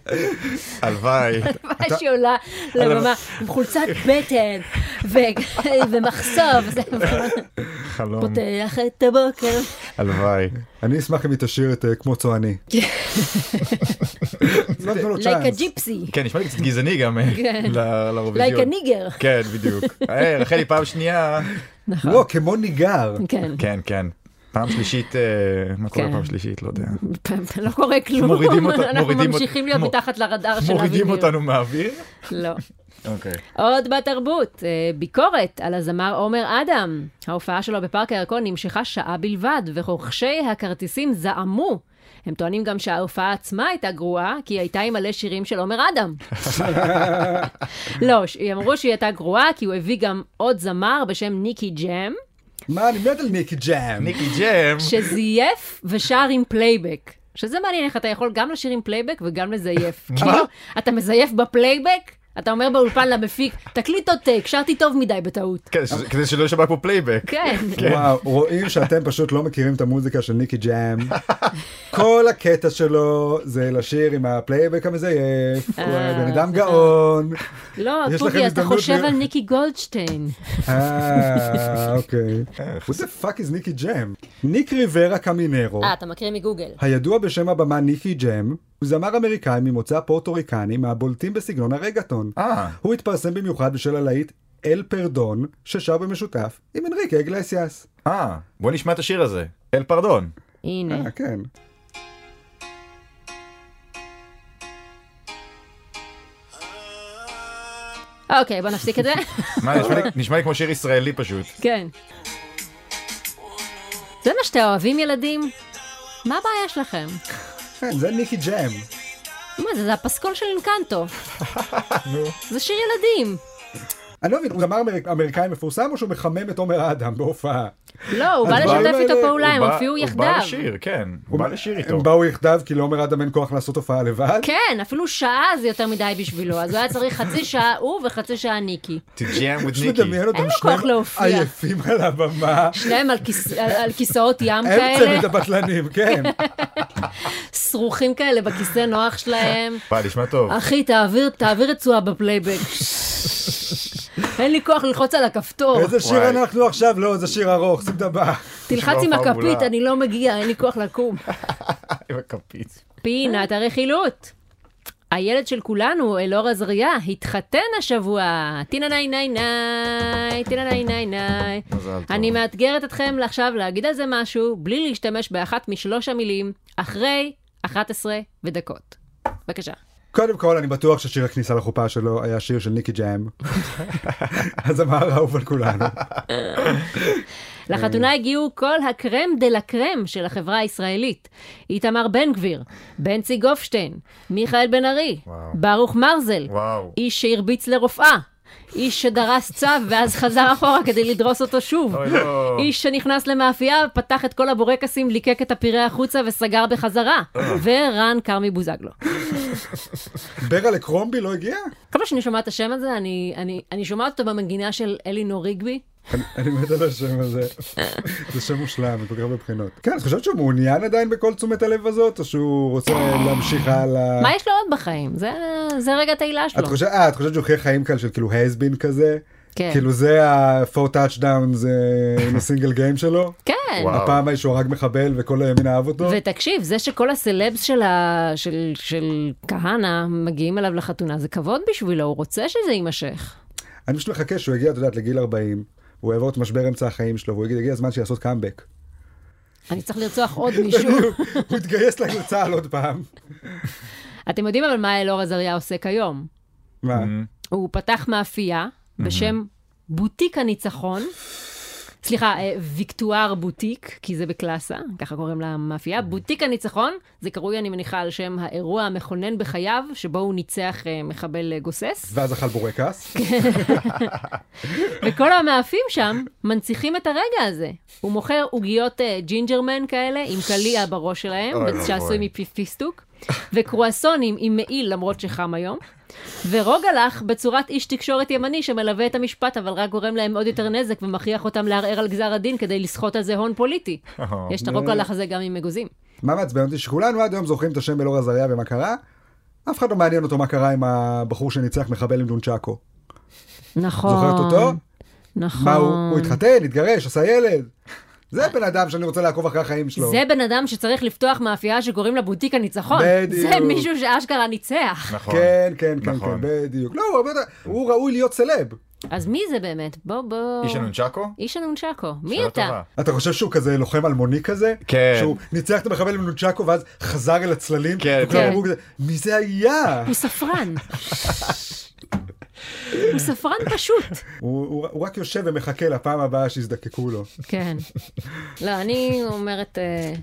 C: הלוואי.
B: מה שהיא עולה לבמה עם חולצת בטן ו- ומחשוף, זה
C: חלום.
B: פותח את הבוקר.
C: הלוואי.
A: אני אשמח אם היא תשאיר את אה, כמו צועני. לא נתנו לו
B: לייק
A: צ'אנס.
B: הג'יפסי,
C: כן, נשמע לי קצת גזעני גם אה,
B: כן.
C: ל-
B: לייק
C: לאירוויזיון.
B: הניגר.
C: כן, בדיוק. היי, רחלי, פעם שנייה.
A: לא, כמו ניגר.
B: כן,
C: כן, כן. פעם שלישית, אה, מה קורה
B: כן.
C: פעם שלישית? לא יודע.
B: לא קורה כלום.
C: מורידים אותה-
B: אנחנו
C: מורידים
B: ממשיכים
C: אותה-
B: להיות
C: מור-
B: מתחת לרדאר של
C: מורידים
B: הווידאו.
C: אותנו מהאוויר?
B: לא.
C: אוקיי.
B: עוד בתרבות, אה, ביקורת על הזמר עומר אדם. ההופעה שלו בפארק הירקון נמשכה שעה בלבד, ורוכשי הכרטיסים זעמו. הם טוענים גם שההופעה עצמה הייתה גרועה, כי היא הייתה עם מלא שירים של עומר אדם. לא, ש- הם אמרו שהיא הייתה גרועה, כי הוא הביא גם עוד זמר בשם ניקי ג'ם,
A: מה, אני מת על ניקי ג'אם.
C: ניקי ג'ם.
B: שזייף ושר עם פלייבק. שזה מעניין איך אתה יכול גם לשיר עם פלייבק וגם לזייף. כאילו, אתה מזייף בפלייבק, אתה אומר באולפן למפיק, תקליט עוד טייק, שרתי טוב מדי בטעות.
C: כן, שזה- כדי שלא יישמע פה פלייבק.
B: כן.
A: וואו, רואים שאתם פשוט לא מכירים את המוזיקה של ניקי ג'אם. כל הקטע שלו זה לשיר עם הפלייבק המזייף, הוא
B: אה,
A: בן אדם גאון.
B: לא,
A: יש לכם
B: טובי, אתה
A: הזדמנות
B: חושב
A: ל-
B: על ניקי גולדשטיין.
A: אה, אוקיי. What the fuck is ניקי ג'אם? ניק ריברה קמינרו,
B: אה, אתה מכיר מגוגל.
A: הידוע בשם הבמה ניקי ג'אם, הוא זמר אמריקאי ממוצא פורטוריקני מהבולטים בסגנון הרגטון.
C: אה.
A: הוא התפרסם במיוחד בשל הלהיט אל פרדון, ששר במשותף עם אנריקה אגלסיאס.
C: אה, בוא נשמע את השיר הזה, אל פרדון.
B: הנה.
A: אה, כן.
B: אוקיי, בוא נפסיק את זה.
C: מה, נשמע לי- נשמע לי כמו שיר ישראלי פשוט.
B: כן. זה מה שאתם אוהבים, ילדים? מה הבעיה שלכם?
A: כן, זה ניקי ג'ם.
B: מה זה, זה הפסקול של אינקנטו. זה שיר ילדים.
A: אני לא מבין, הוא זמר אמריק- אמריקאי מפורסם או שהוא מחמם את עומר אדם בהופעה?
B: לא, הוא בא
A: הדברים
B: לשתף איתו
A: האלה-
B: פעולה, הם
C: הוא בא-
B: הופיעו
C: הוא בא
B: יחדיו.
C: לשיר, כן. הוא בא לשיר איתו.
A: הם באו יחדיו כי לעומר אדם אין כוח לעשות הופעה לבד?
B: כן, אפילו שעה זה יותר מדי בשבילו, אז הוא היה צריך חצי שעה הוא וחצי שעה ניקי.
C: To jam with
A: פשוט
C: ניקי.
A: מדמיין אותם
B: לו
A: שניהם
B: כוח להופיע.
A: עייפים על הבמה.
B: שניהם על כיס- על- על כיסאות ים
A: הם צמד
B: כאלה,
A: הבטלנים, כן.
B: שרוכים כאלה בכיסא נוח שלהם.
C: בא, אה, נשמע טוב.
B: אחי, תעביר, תעביר את צועה בפלייבק. אין לי כוח ללחוץ על הכפתור.
A: איזה שיר
C: וואי.
A: אנחנו עכשיו? לא, זה שיר ארוך, שים את הבא.
B: תלחץ עם
C: נשמע פעם
B: הכפית,
C: מעולה.
B: אני לא מגיע, אין לי כוח לקום.
C: עם הכפית.
B: פינת הרכילות. הילד של כולנו, אלאור עזריה, התחתן השבוע. טינה ניי ניי ניי, טינה ניי ניי ניי.
C: מזל טוב.
B: אני מאתגרת אתכם עכשיו להגיד על זה משהו, בלי להשתמש באחת משלוש המילים, אחרי 11 ודקות. בבקשה.
A: קודם כל, אני בטוח ששיר הכניסה לחופה שלו היה שיר של ניקי ג'אם. הזמר האהוב על כולנו.
C: אה.
B: לחתונה הגיעו כל הקרם דה לה קרם של החברה הישראלית. איתמר בן גביר, בנצי גופשטיין, מיכאל בן ארי,
C: וואו.
B: ברוך מרזל,
C: וואו.
B: איש שהרביץ לרופאה, איש שדרס צו ואז חזר אחורה כדי לדרוס אותו שוב.
C: אוי, לא.
B: איש שנכנס למאפייה, פתח את כל הבורקסים, ליקק את הפירה החוצה וסגר בחזרה.
C: אה.
B: ורן כרמי בוזגלו.
A: ברלה קרומבי לא הגיע?
B: כל פעם שאני שומעת את השם הזה, אני, אני, אני שומעת אותו במנגינה של אלינור ריגבי.
A: אני- אני מת על השם הזה. זה שם מושלם, מכל כך הרבה בחינות. כן, את חושבת שהוא מעוניין עדיין בכל תשומת הלב הזאת, או שהוא רוצה להמשיך הלאה?
C: אה.
B: מה יש לו עוד בחיים? זה, זה רגע התהילה שלו.
A: את חושבת, אה, את חושבת שהוא חי חיים כאלה של כאילו הסבין כזה?
B: כן.
A: כאילו זה ה-4 touchdowns זה עם הסינגל גיים שלו?
B: כן.
C: וואו.
A: הפעם ההיא שהוא הרג מחבל וכל הימין אהב אותו?
B: ותקשיב, זה שכל הסלבס של, ה... של, של כהנא מגיעים אליו לחתונה, זה כבוד בשבילו, הוא רוצה שזה יימשך.
A: אני פשוט מחכה שהוא יגיע, את יודעת, לגיל 40, הוא יעבור את משבר אמצע החיים שלו, והוא יגיד, הגיע הזמן שיעשות קאמבק.
B: אני צריך לרצוח עוד מישהו.
A: הוא יתגייס לצה"ל עוד פעם.
B: אתם יודעים אבל מה אלאור עזריה עושה כיום?
A: מה?
B: הוא פתח מאפייה בשם בוטיק הניצחון. סליחה, אה, ויקטואר בוטיק, כי זה בקלאסה, ככה קוראים למאפייה. בוטיק הניצחון, זה קרוי, אני מניחה, על שם האירוע המכונן בחייו, שבו הוא ניצח אה, מחבל אה, גוסס.
A: ואז אכל בורקס.
B: וכל המאפים שם מנציחים את הרגע הזה. הוא מוכר עוגיות אה, ג'ינג'רמן כאלה, עם קליע בראש שלהם,
C: אוי, אוי,
B: שעשוי
C: אוי.
B: מפיסטוק, וקרואסונים עם מעיל, למרות שחם היום. ורוגלח בצורת איש תקשורת ימני שמלווה את המשפט, אבל רק גורם להם עוד יותר נזק ומכריח אותם לערער על גזר הדין כדי לסחוט על זה הון פוליטי. אה, יש
A: אוקיי.
B: את הרוגלח הזה גם עם אגוזים.
A: מה מעצבן אותי? שכולנו עד היום זוכרים את השם אלאור עזריה ומה קרה? אף אחד לא מעניין אותו מה קרה עם הבחור שניצח מחבל עם נונצ'אקו.
B: נכון.
A: זוכרת אותו?
B: נכון.
A: מה הוא? הוא התחתן, התגרש, עשה ילד. זה בן אדם שאני רוצה לעקוב אחרי החיים שלו.
B: זה בן אדם שצריך לפתוח מאפייה שקוראים לה בוטיק הניצחון.
A: בדיוק.
B: זה מישהו שאשכרה ניצח.
C: נכון.
A: כן, כן, כן, כן,
C: נכון.
A: בדיוק. לא, הוא הרבה יותר- הוא ראוי להיות סלב.
B: אז מי זה באמת? בוא בוא.
C: איש הנונצ'קו?
B: איש הנונצ'קו. מי
C: שאלה
B: אתה?
C: טובה.
A: אתה חושב שהוא כזה לוחם אלמוני כזה?
C: כן.
A: שהוא ניצח את המחבל עם נונצ'קו ואז חזר אל הצללים?
C: כן,
A: וכולם
B: כן.
A: אמרו כזה, מי זה היה?
B: הוא ספרן. הוא ספרן פשוט.
A: הוא- הוא הוא רק יושב ומחכה לפעם הבאה שיזדקקו לו.
B: כן. לא, אני אומרת, אה,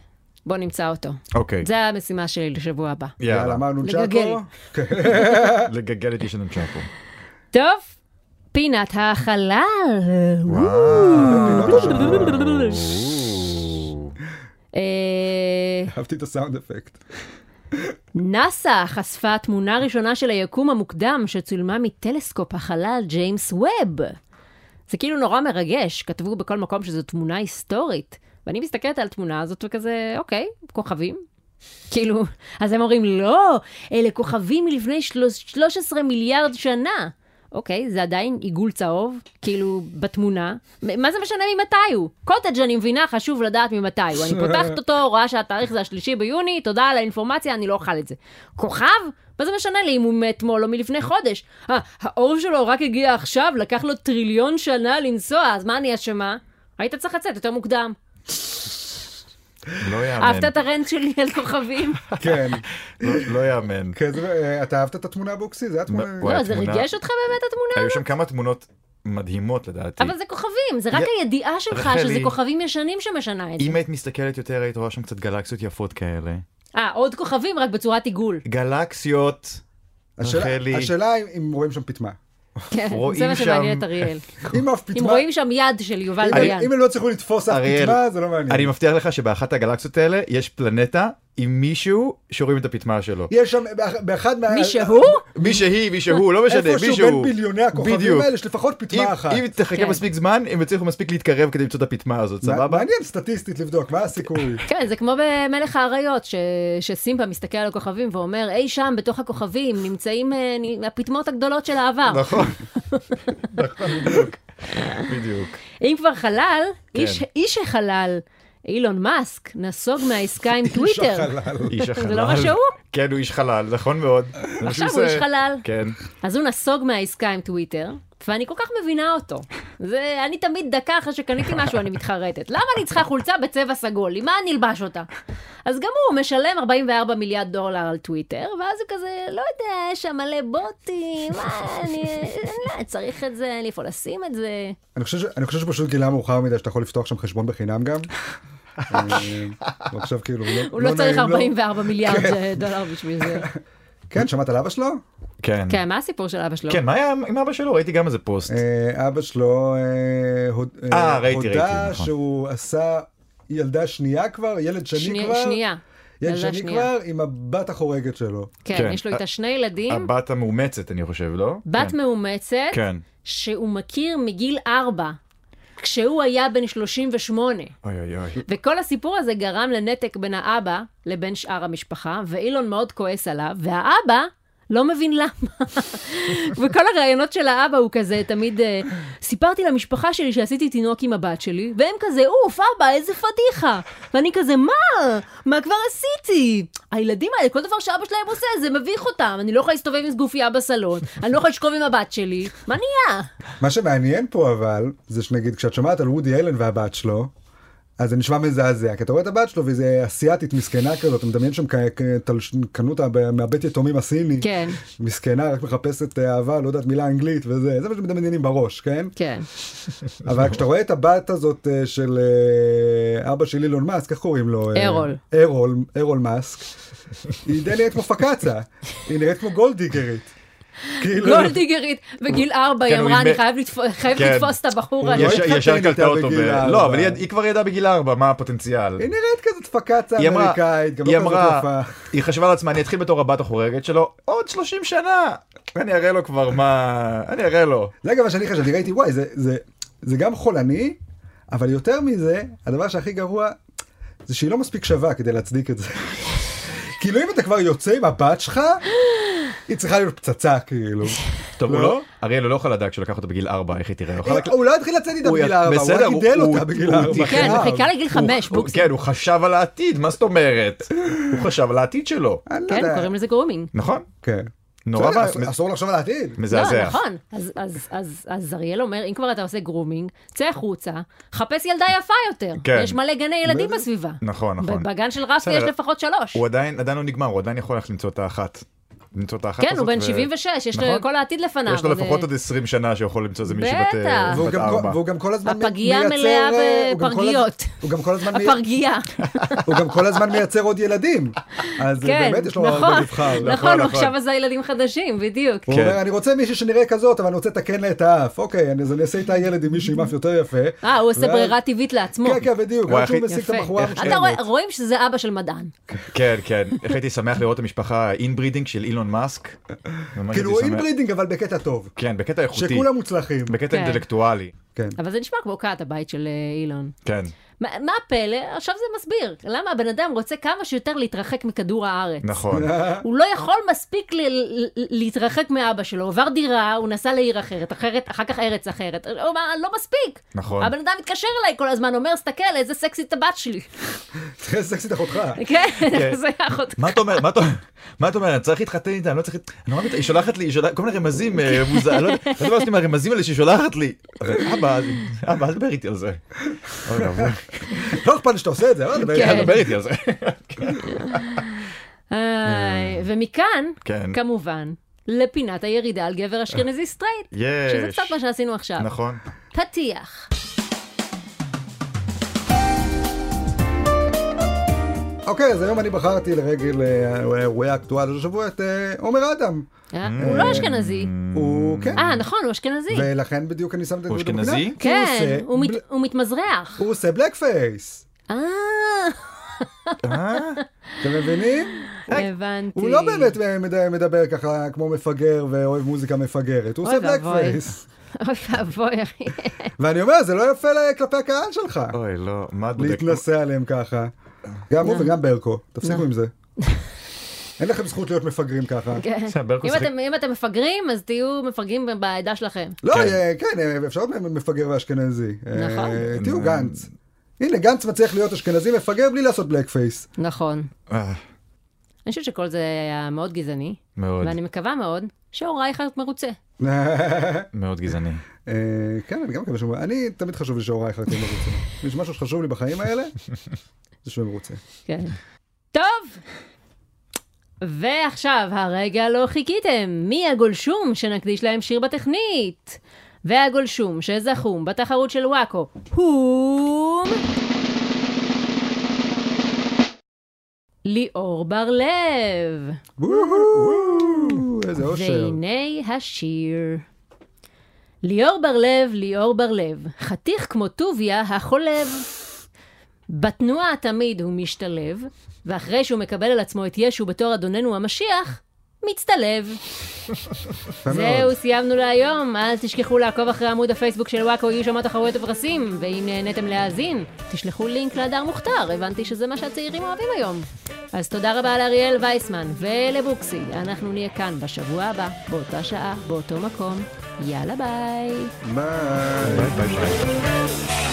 B: בוא נמצא אותו.
C: אוקיי.
B: זה המשימה שלי לשבוע הבא.
A: יאללה,
C: יאללה.
A: מה נונצ'קו?
B: לגגל.
A: כן.
C: לגגל את איש הנונצ'קו.
B: טוב, פינת החלל.
A: פינות
C: וואו.
B: אה,
A: אהבתי את הסאונד אפקט.
B: נאסא חשפה תמונה ראשונה של היקום המוקדם שצולמה מטלסקופ החלל ג'יימס ווב. זה כאילו נורא מרגש, כתבו בכל מקום שזו תמונה היסטורית. ואני מסתכלת על התמונה הזאת וכזה, אוקיי, כוכבים. כאילו, אז הם אומרים, לא, אלה כוכבים מלפני שלוש- 13 מיליארד שנה. אוקיי, זה עדיין עיגול צהוב, כאילו, בתמונה. מ- מה זה משנה ממתי הוא? קוטג' אני מבינה, חשוב לדעת ממתי הוא. אני פותחת אותו, רואה שהתאריך זה השלישי ביוני, תודה על האינפורמציה, אני לא אוכל את זה. כוכב? מה זה משנה לי אם הוא מאתמול או מלפני חודש? אה, האור שלו רק הגיע עכשיו, לקח לו טריליון שנה לנסוע, אז מה אני אשמה? היית צריך לצאת יותר מוקדם.
C: לא
B: אהבת
C: יאמן.
B: את הרנט שלי על כוכבים?
A: כן,
C: לא- לא יאמן.
A: כן, זה- אה, אתה אהבת את התמונה באוקסי? זה התמונה...
C: וואי,
B: לא, זה
C: התמונה-
B: ריגש אותך באמת התמונה?
C: היו שם כמה תמונות מדהימות לדעתי.
B: אבל זה כוכבים, זה רק
C: י-
B: הידיעה שלך שזה
C: רחלי-
B: כוכבים ישנים שמשנה את זה.
C: אם היית מסתכלת יותר, היית רואה שם קצת גלקסיות יפות כאלה.
B: אה, עוד כוכבים, רק בצורת עיגול.
C: גלקסיות,
A: השאלה-
C: רחלי.
A: השאלה אם- אם רואים שם פיטמה.
B: כן,
C: רואים
B: זה מה שמעניין
C: שם-
B: את אריאל.
A: אם אף
B: אם
A: פיטמה...
B: רואים שם יד של יובל
A: אם-
B: דיין.
A: אם הם לא יצליחו לתפוס אף
C: אריאל,
A: פיטמה, זה לא מעניין.
C: אני מבטיח לך שבאחת הגלקסיות האלה יש פלנטה עם מישהו שרואים את הפטמה שלו.
A: יש שם, באח- באחד מה...
C: אה,
B: מישהו?
C: מי שהיא, מי שהוא, לא משנה,
A: איפשהו
C: מישהו.
A: בין ביליוני הכוכבים
C: בדיוק.
A: האלה, יש לפחות פיטמה
C: אם-
A: אחת.
C: אם תחכה
B: כן.
C: מספיק זמן, הם יצליחו מספיק להתקרב כדי למצוא את הפטמה הזאת,
A: מע-
C: סבבה?
A: מעניין סטטיסטית לבדוק, מה הסיכוי?
B: כן, זה כמו במלך האריות, ש... שסימבה מסתכל על הכוכבים ואומר, אי שם, בתוך הכוכבים, נמצאים אה, נ- הפטמות הגדולות של העבר.
C: נכון. נכון, בדיוק. בדיוק.
B: אם כבר חלל,
C: כן.
B: איש, איש החלל, אילון מאסק, נסוג מהעסקה עם
A: איש
B: טוויטר.
A: החלל.
C: איש החלל.
B: לא מה שהוא?
C: כן, הוא איש חלל, נכון מאוד. זה מה
B: עכשיו
C: שהוא
B: הוא איש
C: עושה.
B: חלל.
C: כן.
B: אז הוא נסוג מהעסקה עם טוויטר, ואני כל כך מבינה אותו. זה, אני תמיד דקה אחרי שקניתי משהו, אני מתחרטת. למה אני צריכה חולצה בצבע סגול? עם מה אני אלבש אותה? אז גם הוא משלם 44 מיליארד דולר על טוויטר, ואז הוא כזה, לא יודע, יש שם מלא בוטים, מה, אני, אני לא, צריך את זה, אין לי איפה לשים את זה.
A: אני חושב ש- אני חושב שפשוט גילה מאוחר מדי שאתה יכול לפתוח שם חשבון בחינם גם. אה, הוא עכשיו כאילו, לא
B: הוא לא צריך
A: נעים לו.
B: 44 מיליארד דולר בשביל זה.
A: כן, שמעת על אבא שלו?
C: כן.
B: כן, מה הסיפור של אבא שלו?
C: כן, מה היה עם אבא שלו? ראיתי גם איזה פוסט.
A: אה, אבא שלו אה, הוד-
C: אה, ראיתי,
A: הודה
C: ראיתי, נכון.
A: שהוא עשה ילדה שנייה כבר, ילד שני
B: שני-
A: כבר.
B: שנייה.
A: ילד
B: ילדה
A: שני
B: שנייה.
A: כבר עם הבת החורגת שלו.
B: כן,
C: כן.
B: יש לו איתה שני ילדים,
C: הבת המאומצת, אני חושב, לא?
B: בת
C: כן.
B: מאומצת,
C: כן.
B: שהוא מכיר מגיל ארבע, כשהוא היה בן 38.
C: אוי אוי אוי.
B: וכל הסיפור הזה גרם לנתק בין האבא לבין שאר המשפחה, ואילון מאוד כועס עליו, והאבא לא מבין למה. וכל הראיונות של האבא הוא כזה תמיד, אה, סיפרתי למשפחה שלי שעשיתי תינוק עם הבת שלי, והם כזה, אוף, אבא, איזה פדיחה. ואני כזה, מה? מה כבר עשיתי? הילדים האלה, כל דבר שאבא שלהם עושה, זה מביך אותם. אני לא יכולה להסתובב עם סגופיה בסלון, אני לא יכולה לשכוב עם הבת שלי. מה נהיה?
A: מה שמעניין פה אבל, זה שנגיד כשאת שומעת על וודי אלן והבת שלו, אז זה נשמע מזעזע, כי אתה רואה את הבת שלו והיא איזה אסיאתית מסכנה כזאת, אתה מדמיין שם כ- כ- תלש- קנו אותה ב- מהבית יתומים הסיני,
B: כן.
A: מסכנה, רק מחפשת אהבה, לא יודעת מילה אנגלית וזה, זה מה שמדמיינים בראש, כן?
B: כן.
A: אבל כשאתה רואה את הבת הזאת אה, של אה, אבא של אילון מאסק, איך קוראים לו? אה,
B: ארול.
A: ארול, ארול מאסק. היא די נראית כמו פקאצה, היא נראית כמו גולדיגרית. כאילו-
B: לא גולדיגרית בגיל ארבע, היא
C: כן, הוא
B: אמרה, אני
C: איבד-
B: חייב לתפ- חייב
C: כן.
B: לתפוס את הבחור הזה.
A: יש-
C: ישר-
A: התחתן
C: ישר
A: איתה
C: קלטה אותו ב...
A: בגיל ארבע.
C: לא, אבל היא- היא כבר ידעה בגיל ארבע, מה הפוטנציאל.
A: היא נראית כזאת פקאצה
C: היא אמרה,
A: אמריקאית, גם
C: היא
A: לא כזאת יפה.
C: אמרה, היא חשבה על עצמה, אני אתחיל בתור הבת החורגת שלו, עוד 30 שנה, אני אראה לו כבר מה, אני אראה לו.
A: זה גם מה שאני חשבתי, ראיתי, וואי, זה, זה, זה גם חולני, אבל יותר מזה, הדבר שהכי גרוע, זה שהיא לא מספיק שווה כדי להצדיק את זה. כאילו אם אתה כבר יוצא עם הבת שלך, היא צריכה להיות פצצה כאילו.
C: טוב, הוא
A: לא?
C: לא? אריאל הוא לא יכול לדעת כשלקח אותו בגיל ארבע, איך היא תראה? הוא יכול לק-
A: הוא לא התחיל לצאת איתה
C: הוא
A: בגיל
C: י-
A: ארבע, הוא
C: בסדר,
A: רק
C: הוא-
A: גידל
C: הוא-
A: אותה בגיל
C: הוא
A: ארבע.
C: תיקן. אה.
B: כן,
A: חייב.
B: זה חיכה לגיל
C: הוא-
B: חמש,
C: הוא-
B: בוקסי.
C: כן, הוא חשב על העתיד, מה זאת אומרת? הוא חשב על העתיד שלו,
A: אני לא
B: כן,
A: יודע.
B: קוראים לזה גרומינג.
C: נכון?
A: כן.
C: נורא
A: בסדר,
C: ואיום.
A: אסור- אסור לחשוב על העתיד.
B: לא,
C: מזעזע.
B: נכון. אז- אז- אז- אז אריאל אומר, אם כבר אתה עושה גרומינג, צא החוצה, חפש ילדה יפה יותר.
C: כן.
B: יש מלא גני ילדים
A: בדיוק.
B: בסביבה.
C: נכון, נכון.
B: בגן של רפי
C: בסדר.
B: יש לפחות שלוש.
C: הוא עדיין, עדיין לא נגמר, הוא עדיין יכול ללכת למצוא את האחת. למצוא את האחת
B: כן, הוא
C: הזאת,
B: בן
C: ו-
B: 76, יש לו
C: נכון.
B: כל העתיד לפניו.
C: יש לו
B: אז,
C: לפחות
B: אה,
C: עוד 20 שנה שיכול למצוא איזה מישהי
B: בטח.
C: בת אה,
A: והוא
C: בת
A: גם כל-
C: ארבע.
A: והוא גם כל הזמן מ-
B: הפגייה
A: מייצר...
B: מלאה
A: אה, הוא גם כל הז-
B: בפרגיות.
A: הוא גם כל הזמן מי-
B: הפרגייה.
A: הוא גם כל הזמן מייצר עוד ילדים. אז
B: כן,
A: באמת יש לו הרבה
B: נכון.
A: לבחר.
B: נכון, הוא
C: נכון.
B: עכשיו עשה ילדים חדשים, בדיוק.
A: הוא
C: כן.
A: אומר, אני רוצה מישהי שנראה כזאת, אבל אני רוצה לתקן לה את האף. אוקיי, אני- אז אני אעשה איתה ילד עם מישהו עם אף יותר יפה.
B: אה, הוא עושה
A: ואז-
B: ברירה טבעית לעצמו.
A: כן, כן, בדיוק.
C: וואי,
A: רק שהוא
C: אחי-
A: משיג את
B: יפה.
A: הבחורה
B: אתה רואה-
A: המושלמת.
B: רואים שזה אבא של מדען.
C: כן, כן. איך הייתי שמח לראות את המשפחה אינברידינג של אילון מאסק. ממש
A: כאילו,
C: הייתי שמח.
A: אינברידינג, אבל בקטע טוב.
C: כן, בקטע איכותי.
A: שכולם מוצלחים.
C: בקטע
B: כן.
C: אינטלקטואלי.
A: כן.
B: אבל זה נשמע כמו כת הבית של אה, אילון.
C: כן.
B: מה, מה הפלא? עכשיו זה מסביר. למה הבן אדם רוצה כמה שיותר להתרחק מכדור הארץ.
C: נכון.
B: הוא לא יכול מספיק ל- ל- להתרחק מאבא שלו, הוא עבר דירה, הוא נסע לעיר אחרת, אחרת, אחר כך ארץ אחרת. הוא אמר, לא מספיק.
C: נכון.
B: הבן אדם מתקשר אליי כל הזמן, אומר, סתכל, איזה סקסית הבת שלי.
A: תראה סקסית אחותך.
B: כן, זה אחות.
C: מה אתה אומר? מה אתה אומר? מה אתה אומר? אני צריך להתחתן איתה, אני לא צריך... להת- אני נורא מת- היא שולחת לי, היא שולחת כל מיני רמזים אה, מוזר, אני לא יודע, אתה יודע מה עושים עם הרמזים האלה שהיא שולחת לי. אבל אבא, אל- אבא, אל תדבר איתי על זה. אוי, אבוי.
A: לא אכפת לי שאתה עושה את זה, אבל...
B: כן.
C: אל תדבר איתי על זה.
B: איי, ומכאן,
C: אה. כן.
B: כמובן, לפינת הירידה על גבר אשכנזי סטרייט,
C: יש.
B: שזה קצת מה שעשינו עכשיו.
C: נכון.
B: פתיח.
A: אוקיי, אז היום אני בחרתי לרגל אה, אירועי האקטואליה של השבוע את אה, עומר אדם.
B: אה,
A: Mm.
B: הוא לא אשכנזי.
A: הוא... כן.
B: אה, נכון, הוא אשכנזי.
A: ולכן בדיוק אני שם את זה
C: הוא
A: בפינה.
C: אשכנזי?
A: כי הוא
B: כן,
A: עושה
B: הוא מת-
A: בל-
B: הוא מתמזרח.
A: הוא עושה בלק פייס.
B: אה,
C: אה?
A: אתם מבינים?
B: הבנתי.
A: הוא לא
B: אוקיי.
A: באמת מד- מדבר ככה כמו מפגר ואוהב מוזיקה מפגרת, הוא
B: אוי
A: עושה בלק
B: ואבוי.
A: פייס.
B: אוי ואבוי, אחי.
A: ואני אומר, זה לא יפה ל- כלפי הקהל שלך,
C: אוי, לא, מה את בודק?
A: להתנשא עליהם ככה. גם
B: אה.
A: הוא וגם ברקו, תפסיקו עם זה. אין לכם זכות להיות מפגרים ככה.
B: כן.
C: בסדר, ברקו
B: אם
C: שיחק-
B: אתם- אם אתם מפגרים, אז תהיו מפגרים בעדה שלכם.
A: לא,
C: כן.
A: אה, כן, אה, אפשר להיות מפגר ואשכנזי. אה,
B: נכון.
A: תהיו גנץ. הנה, גנץ מצליח להיות אשכנזי מפגר בלי לעשות בלק פייס.
B: נכון.
C: אה,
B: אני חושבת שכל זה היה מאוד גזעני,
C: מאוד,
B: ואני מקווה מאוד שאור רייכרד מרוצה.
C: מאוד גזעני.
A: אה, כן, אני גם מקווה שהוא... אני, תמיד חשוב לי שהוריי יחלטים מרוצה. אם יש משהו שחשוב לי בחיים האלה, זה שהוא מרוצה.
B: כן. טוב! ועכשיו, הרגע לא חיכיתם. מי הגולשום שנקדיש להם שיר בתכנית? והגולשום שזכום בתחרות של וואקו הוא... ליאור בר-לב.
A: וואו, איזה אושר.
B: והנה השיר. ליאור בר-לב, ליאור בר-לב, חתיך כמו טוביה החולב. בתנועה תמיד הוא משתלב, ואחרי שהוא מקבל על עצמו את ישו בתור אדוננו המשיח, מצטלב.
A: יפה מאוד.
B: זהו, סיימנו להיום. אל תשכחו לעקוב אחרי עמוד הפייסבוק של וואקו, יהיו שם תחרויות ופרסים, ואם נהניתם להאזין, תשלחו לינק להדר מוכתר, הבנתי שזה מה שהצעירים אוהבים היום. אז תודה רבה לאריאל וייסמן ולבוקסי. אנחנו נהיה כאן בשבוע הבא, באותה שעה, באותו מקום. יאללה ביי.
A: ביי.
C: ביי ביי ביי.